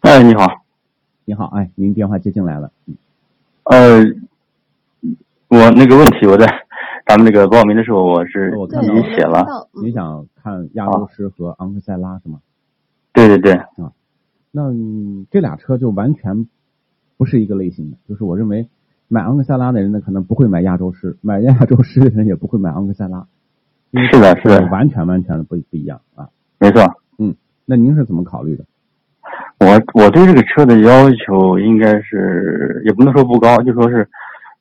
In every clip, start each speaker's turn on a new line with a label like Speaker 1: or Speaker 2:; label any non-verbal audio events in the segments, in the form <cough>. Speaker 1: 哎，你好，
Speaker 2: 你好，哎，您电话接进来了，嗯
Speaker 1: 呃，我那个问题我在咱们那个报名的时候我是
Speaker 2: 哦我看
Speaker 1: 已
Speaker 2: 到
Speaker 1: 经
Speaker 2: 了
Speaker 1: 写了，
Speaker 3: 嗯
Speaker 2: 您想看亚洲狮和昂克赛拉是吗？
Speaker 1: 对对对，
Speaker 2: 那嗯这俩车就完全不是一个类型的，就是我认为买昂克赛拉的人呢，可能不会买亚洲狮；买亚洲狮的人也不会买昂克赛拉，因为
Speaker 1: 是的是的
Speaker 2: 完全完全的不不一样啊。
Speaker 1: 没错，
Speaker 2: 那您是怎么考虑的？
Speaker 1: 我我对这个车的要求应该是也不能说不高，就说是，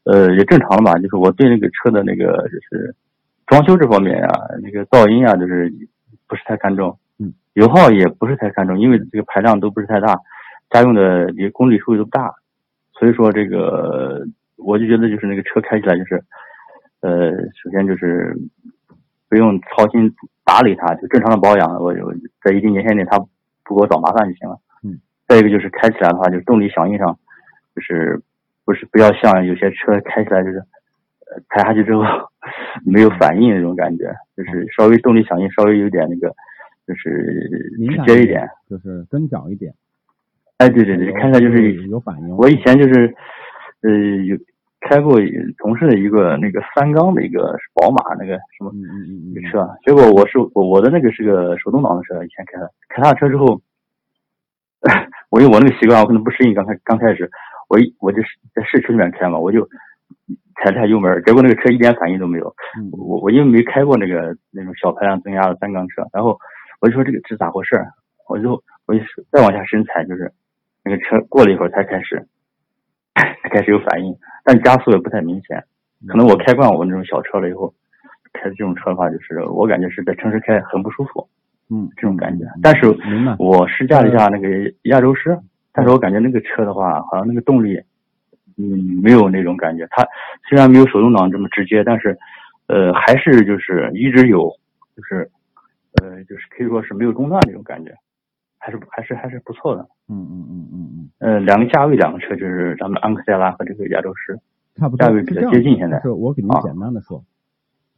Speaker 1: 呃，也正常吧。就是我对那个车的那个就是装修这方面啊，那个噪音啊，就是不是太看重。
Speaker 2: 嗯，
Speaker 1: 油耗也不是太看重，因为这个排量都不是太大，家用的离公里数也都不大，所以说这个我就觉得就是那个车开起来就是，呃，首先就是不用操心打理它，就正常的保养，我我在一定年限内它不给我找麻烦就行了。再一个就是开起来的话，就是动力响应上，就是不是不要像有些车开起来就是，呃，踩下去之后 <laughs> 没有反应那种感觉，就是稍微动力响应稍微有点那个，就是
Speaker 2: 敏
Speaker 1: 直
Speaker 2: 感
Speaker 1: 接一点。，
Speaker 2: 就是跟脚一点。
Speaker 1: 哎，对对对，看起来就是
Speaker 2: 有反应。
Speaker 1: 我以前就是，呃，有开过同事的一个那个三缸的一个宝马那个什么
Speaker 2: 嗯嗯嗯
Speaker 1: 那
Speaker 2: 嗯，
Speaker 1: 个车啊，结果我是我我的那个是个手动挡的车，以前开的，开他的车之后， <laughs> 我因为我那个习惯，我可能不适应，刚开刚开始，我一我就是在市区里面开嘛，我就踩了下油门，结果那个车一点反应都没有，
Speaker 2: 嗯嗯
Speaker 1: 我我因为没开过那个那种小排量增压的三缸车，啊然后我就说这个是咋回事儿，我就我就再往下深踩，就是那个车过了一会儿才开始，才开始有反应，但加速也不太明显，可能我开惯我那种小车了以后，开这种车的话，就是我感觉是在城市开很不舒服
Speaker 2: 嗯
Speaker 1: 这种感觉，但是 <laughs>
Speaker 2: 明白。
Speaker 1: 我试驾了一下那个亚洲狮，但是我感觉那个车的话，好像那个动力，嗯，没有那种感觉。它虽然没有手动挡这么直接，但是，呃，还是就是一直有，就是，呃，就是可以说是没有中断那种感觉，还是还是还是不错的。
Speaker 2: 嗯嗯嗯嗯嗯，
Speaker 1: 呃，两个价位，两个车就是咱们昂克赛拉和这个亚洲狮。
Speaker 2: 差不多。
Speaker 1: 价位比较接近现在
Speaker 2: 是我给您
Speaker 1: 啊
Speaker 2: 简单的说，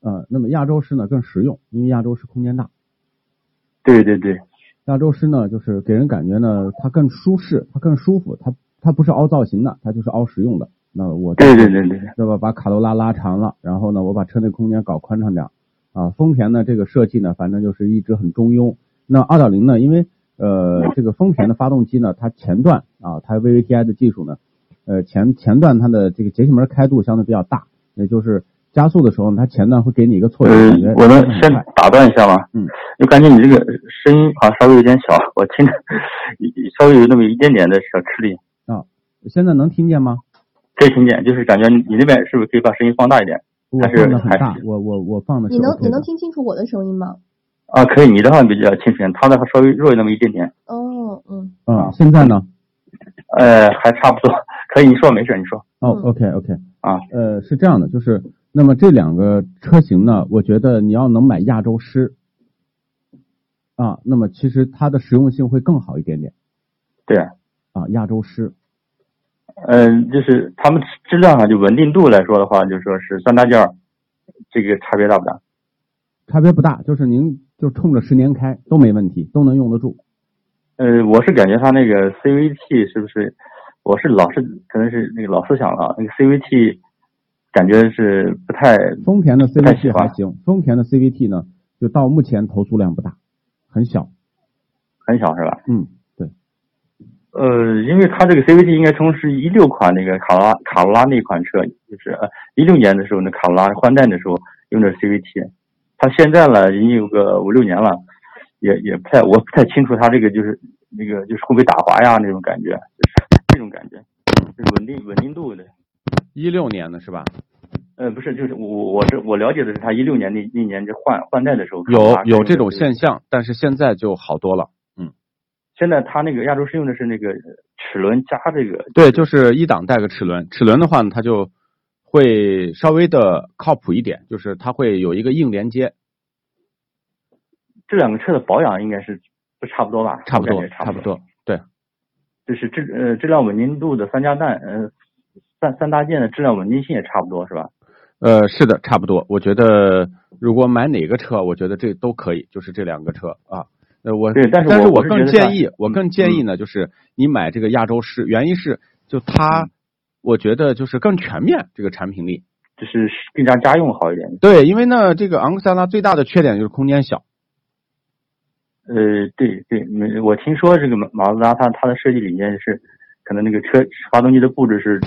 Speaker 2: 呃，那么亚洲狮呢更实用，因为亚洲狮空间大。
Speaker 1: 对对对，
Speaker 2: 亚洲狮呢，就是给人感觉呢，它更舒适，它更舒服，它它不是凹造型的，它就是凹实用的。那我
Speaker 1: 对对对对，
Speaker 2: 对吧？把卡罗拉拉长了，然后呢，我把车内空间搞宽敞点儿啊。丰田呢，这个设计呢，反正就是一直很中庸。那二点零呢，因为呃，这个丰田的发动机呢，它前段啊，它 VVTi 的技术呢，呃，前前段它的这个节气门开度相对比较大，也就是加速的时候呢，它前段会给你一个错觉，
Speaker 1: 呃
Speaker 2: 感觉，
Speaker 1: 我能
Speaker 2: 很
Speaker 1: 先
Speaker 2: 快
Speaker 1: 打断一下吗？
Speaker 2: 嗯，
Speaker 1: 就感觉你这个声音好像稍微有点小，我听着稍微有那么一点点的小吃力。
Speaker 2: 现在能听见吗？
Speaker 1: 可以听见，就是感觉你你那边是不是可以把声音放大一点
Speaker 2: 我
Speaker 1: 还是
Speaker 2: 放的很大
Speaker 1: 还，是
Speaker 2: 我我我放的是
Speaker 3: 你能
Speaker 2: OK
Speaker 3: 你
Speaker 2: 的
Speaker 3: 能听清楚我的声音吗？
Speaker 1: 啊？可以，你的话比较清晰，他的话稍微弱那么一点点，
Speaker 3: 哦，嗯，
Speaker 2: 嗯，现在呢？
Speaker 1: 呃，还差不多。 <laughs> 可以，你说没事，你说。
Speaker 2: 哦
Speaker 3: 嗯
Speaker 2: ，OK OK，
Speaker 1: 啊，
Speaker 2: 呃，是这样的，就是那么这两个车型呢，我觉得你要能买亚洲狮啊，那么其实它的实用性会更好一点点
Speaker 1: 对，
Speaker 2: 啊，亚洲狮，
Speaker 1: 嗯、就是他们质量上就稳定度来说的话，就说是三大件儿，这个差别大不大？
Speaker 2: 差别不大，就是您就冲着十年开都没问题，都能用得住。
Speaker 1: 呃，我是感觉他那个 CVT 是不是，我是老是可能是那个老思想了啊，那个 CVT 感觉是不太
Speaker 2: 丰田的
Speaker 1: 不太喜
Speaker 2: CVT
Speaker 1: 欢
Speaker 2: 还行，丰田的 CVT 呢，就到目前投诉量不大，很小。
Speaker 1: 很小是吧？
Speaker 2: 嗯，对，
Speaker 1: 呃，因为它这个 CVT 应该从是一六款那个卡罗拉卡罗拉那款车，就是呃一六年的时候，那卡罗拉换代的时候用的是 CVT，它现在了已经有个五六年了，也也不太我不太清楚它这个就是那个就是会不会打滑呀那种感觉，就是这种感觉，就是稳定稳定度的。
Speaker 2: 一六年的是吧？
Speaker 1: 呃，不是，就是我我我是我了解的是它一六年那那年就换换代的时候卡罗
Speaker 4: 有
Speaker 1: 拉
Speaker 4: 有
Speaker 1: 用
Speaker 4: 这
Speaker 1: 的
Speaker 4: 种
Speaker 1: CVT
Speaker 4: 现象，但是现在就好多了。
Speaker 1: 现在它那个亚洲是用的是那个齿轮加这个
Speaker 4: 对，就是一档带个齿轮，齿轮的话呢，它就会稍微的靠谱一点，就是它会有一个硬连接，
Speaker 1: 这两个车的保养应该是不差不多吧？
Speaker 4: 差不
Speaker 1: 我
Speaker 4: 多，
Speaker 1: 感觉
Speaker 4: 差
Speaker 1: 差
Speaker 4: 不
Speaker 1: 多。
Speaker 4: 多。对，
Speaker 1: 就是质呃质量稳定度的三加蛋，呃三三大件的质量稳定性也差不多是吧？
Speaker 4: 呃，是的，差不多。我觉得如果买哪个车，我觉得这都可以，就是这两个车啊。
Speaker 2: 呃，我
Speaker 1: 对但是
Speaker 2: 但
Speaker 1: 我
Speaker 2: 我
Speaker 1: 我是觉得嗯
Speaker 2: 更
Speaker 1: 它
Speaker 2: 建议，我更建议呢，就是你买这个亚洲狮，原因是就
Speaker 1: 嗯
Speaker 2: 它，我觉得就是更全面这个产品力。
Speaker 1: 就是更加家用好一点。
Speaker 2: 对，因为呢，这个昂克赛拉最大的缺点就是空间小。
Speaker 1: 呃，对对，没，我听说这个马马自达它它的设计理念是，可能那个车发动机的布置是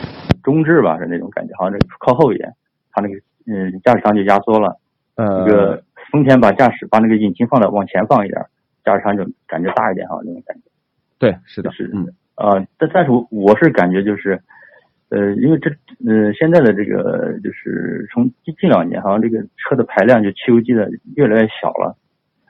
Speaker 1: 中置吧，是那种感觉，好像是靠后一点，它那个嗯、驾驶舱就压缩了。
Speaker 2: 呃
Speaker 1: 那，个丰田把驾驶把那个引擎放的往前放一点，驾驶舱就感觉大一点哈，那种感觉。
Speaker 2: 对，是的，
Speaker 1: 是
Speaker 2: 嗯，
Speaker 1: 啊，但但是我我是感觉就是，呃，因为这呃现在的这个就是从近近两年，好像这个车的排量就汽油机的越来越小了，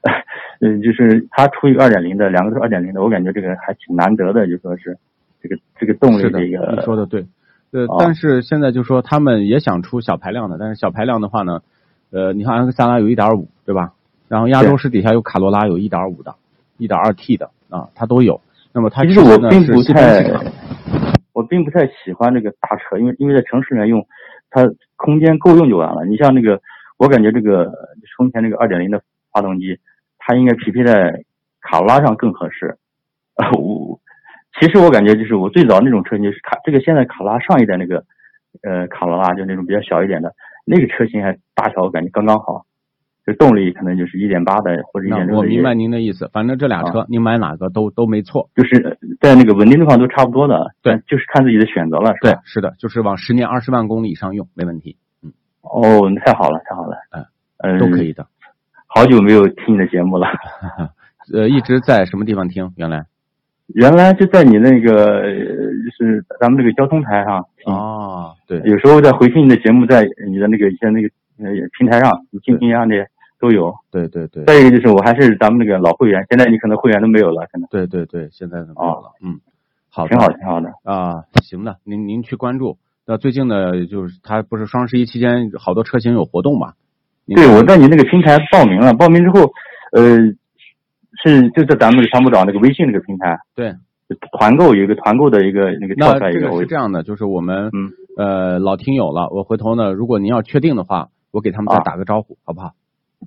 Speaker 1: <laughs> 嗯，就是它出一个二点零的，两个都是二点零的，我感觉这个还挺难得的，就说是这个这个动
Speaker 2: 是
Speaker 1: 力
Speaker 2: 的，
Speaker 1: 的一
Speaker 2: 你说
Speaker 1: 个，
Speaker 2: 的对。呃，
Speaker 1: 啊
Speaker 2: 但是现在就说他们也想出小排量的，但是小排量的话呢，呃，你看昂克赛拉有1.5对吧？然后亚洲狮底下有卡罗拉有1.5的、1 2 T 的啊，它都有。那么它
Speaker 1: 其实我
Speaker 2: 呢
Speaker 1: 并
Speaker 2: 是
Speaker 1: 不
Speaker 2: 细
Speaker 1: 太
Speaker 2: 分市场，
Speaker 1: 我并不太喜欢这个大车，因为因为在城市里面用，它空间够用就完了。你像那个，我感觉这个丰田这个二点零的发动机，它应该匹配在卡罗拉上更合适。 <laughs> 啊，我其实我感觉就是我最早那种车型就是卡，这个现在卡罗拉上一代那个，呃，卡罗拉就那种比较小一点的那个车型还大小我感觉刚刚好，就动力可能就是一点八的或者一点
Speaker 2: 那
Speaker 1: 六
Speaker 2: 我
Speaker 1: 的也，
Speaker 2: 明白您的意思，反正这俩
Speaker 1: 哦
Speaker 2: 车您买哪个都都没错。
Speaker 1: 就是在那个稳定度上都差不多的，
Speaker 2: 对，
Speaker 1: 就是看自己的选择了，是吧？
Speaker 2: 对，啊是的，就是往十年二十万公里以上用没问题，
Speaker 1: 哦，那太好了，太好了，
Speaker 2: 嗯
Speaker 1: 嗯，
Speaker 2: 都可。以的。
Speaker 1: 好久没有听你的节目了，
Speaker 2: 呃，一直在什么地方听？原来
Speaker 1: 原来就在你那个呃就是咱们这个交通台上听，
Speaker 2: 哦，对，
Speaker 1: 有时候在回听你的节目，在你的那个一些那个呃平台上，你听听啊这些都有。
Speaker 2: 对对对
Speaker 1: 再一个就是我还是咱们那个老会员，现在你可能会员都没有了，可能
Speaker 2: 对对对，现在怎么样了？嗯，好的，
Speaker 1: 哦挺好挺好的。
Speaker 2: 啊，行的，您您去关注。那最近呢，就是它不是双十一期间好多车型有活动嘛？您
Speaker 1: 对，
Speaker 2: 看
Speaker 1: 我在你那个平台报名了，报名之后，呃，是就在咱们参谋长那个微信那个平台
Speaker 2: 对，
Speaker 1: 团购有一个团购的一个那个跳
Speaker 2: 那
Speaker 1: 出来
Speaker 2: 这
Speaker 1: 一个，
Speaker 2: 个
Speaker 1: 我
Speaker 2: 是这样的，就是我们、
Speaker 1: 嗯
Speaker 2: 呃老听友了，我回头呢，如果您要确定的话，我给他们再
Speaker 1: 啊
Speaker 2: 打个招呼，好不好？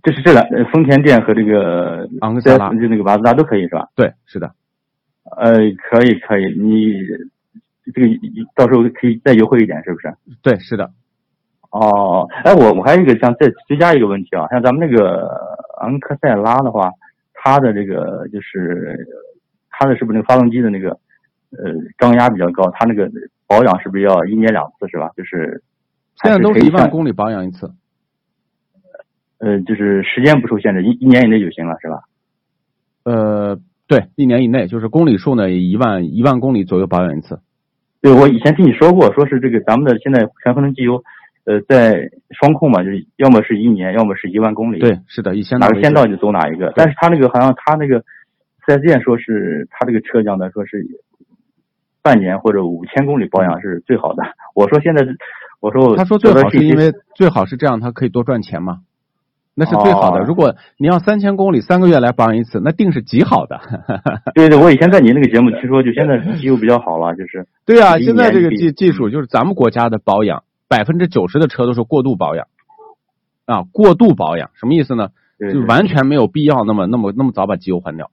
Speaker 1: 这是这两呃丰田店和这个
Speaker 2: 昂克赛拉
Speaker 1: 就那个马自达都可以是吧？
Speaker 2: 对，是的，
Speaker 1: 呃，可以可以，你这个到时候可以再优惠一点，是不是？
Speaker 2: 对，是的，
Speaker 1: 哦，哎，我我还有一个想再追加一个问题啊，像咱们那个昂克赛拉的话，它的这个就是它的是不是那个发动机的那个呃缸压比较高，它那个保养是不是要一年两次是吧？就是
Speaker 2: 现在都
Speaker 1: 还
Speaker 2: 是
Speaker 1: 可以
Speaker 2: 一万
Speaker 1: 像
Speaker 2: 公里保养一次，
Speaker 1: 呃，就是时间不受限制，一一年以内就行了是吧？
Speaker 2: 呃，对，一年以内，就是公里数呢一万一万公里左右保养一次。
Speaker 1: 对，我以前听你说过，说是这个咱们的现在全合成机油，呃，在双控嘛，就是要么是一年，要么是一万公里，，
Speaker 2: 对，是的，以先到
Speaker 1: 哪个
Speaker 2: 为
Speaker 1: 先
Speaker 2: 准
Speaker 1: 到就走哪一个。但是他那个好像他那个四 S 店说是他这个车讲的说是半年或者五千公里保养是最好的。我说现在是，我说
Speaker 2: 他说最好是因
Speaker 1: 得到信息
Speaker 2: 为最好是这样，他可以多赚钱嘛，那是最好的。
Speaker 1: 哦
Speaker 2: 如果你要三千公里三个月来保养一次，那定是极好的。 <laughs>
Speaker 1: 对对，我以前在你那个节目听说，就现在机油比较好了，
Speaker 2: <laughs>
Speaker 1: 就是
Speaker 2: 对啊，
Speaker 1: 一
Speaker 2: 现在这个
Speaker 1: 年
Speaker 2: 技
Speaker 1: 比
Speaker 2: 技术就是咱们国家的保养，百分之九十的车都是过度保养啊，过度保养什么意思呢？
Speaker 1: 对
Speaker 2: 就
Speaker 1: 对
Speaker 2: 完全没有必要那么那么那么早把机油换掉。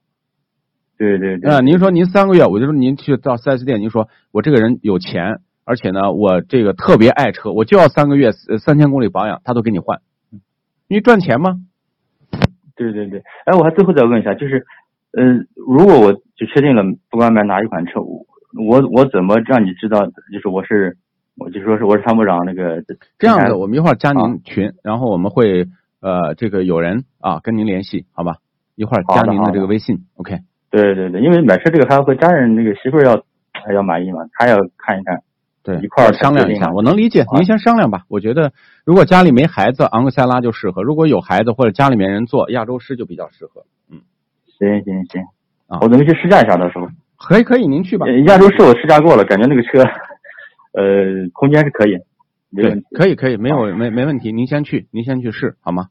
Speaker 1: 对对对
Speaker 2: 啊，您说您三个月，我就说您去到四 S 店，您说我这个人有钱，而且呢，我这个特别爱车，我就要三个月呃三千公里保养，他都给你换，因为赚钱嘛。
Speaker 1: 对对对，哎，我还最后再问一下，就是，呃，如果我就确定了，不管买哪一款车，我我我怎么让你知道，就是我是，我就说是我是参谋长那个
Speaker 2: 这样
Speaker 1: 平
Speaker 2: 子，
Speaker 1: 台
Speaker 2: 我们一会儿加
Speaker 1: 啊
Speaker 2: 您群，然后我们会呃，这个有人啊跟您联系，好吧？一会儿
Speaker 1: 好
Speaker 2: 加
Speaker 1: 的
Speaker 2: 您
Speaker 1: 好
Speaker 2: 的
Speaker 1: 的
Speaker 2: 这个微信，OK？
Speaker 1: 对对对，因为买车这个还要和家人那个媳妇儿要还要满意嘛，她要看一看，
Speaker 2: 对，
Speaker 1: 一块儿
Speaker 2: 商量一
Speaker 1: 决定
Speaker 2: 下，
Speaker 1: 啊
Speaker 2: 我能理解，您先商量吧。我觉得如果家里没孩子，昂克赛拉就适合；如果有孩子或者家里面人做，亚洲狮就比较适合。
Speaker 1: 行行行
Speaker 2: 啊，
Speaker 1: 我准备去试驾一下，到时候。
Speaker 2: 可以，可以，您去吧
Speaker 1: 呃。亚洲是我试驾过了，感觉那个车，呃，空间是可以，没问
Speaker 2: 对
Speaker 1: 题，。
Speaker 2: 可以，可以，没有没没问题，您先去，您先去试好吗？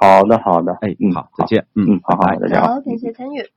Speaker 1: 好的好的，
Speaker 2: 哎
Speaker 1: 嗯，
Speaker 2: 好，再见，嗯
Speaker 1: 嗯，好好，
Speaker 2: 拜拜
Speaker 1: 再见啊。
Speaker 3: 好，感谢参与。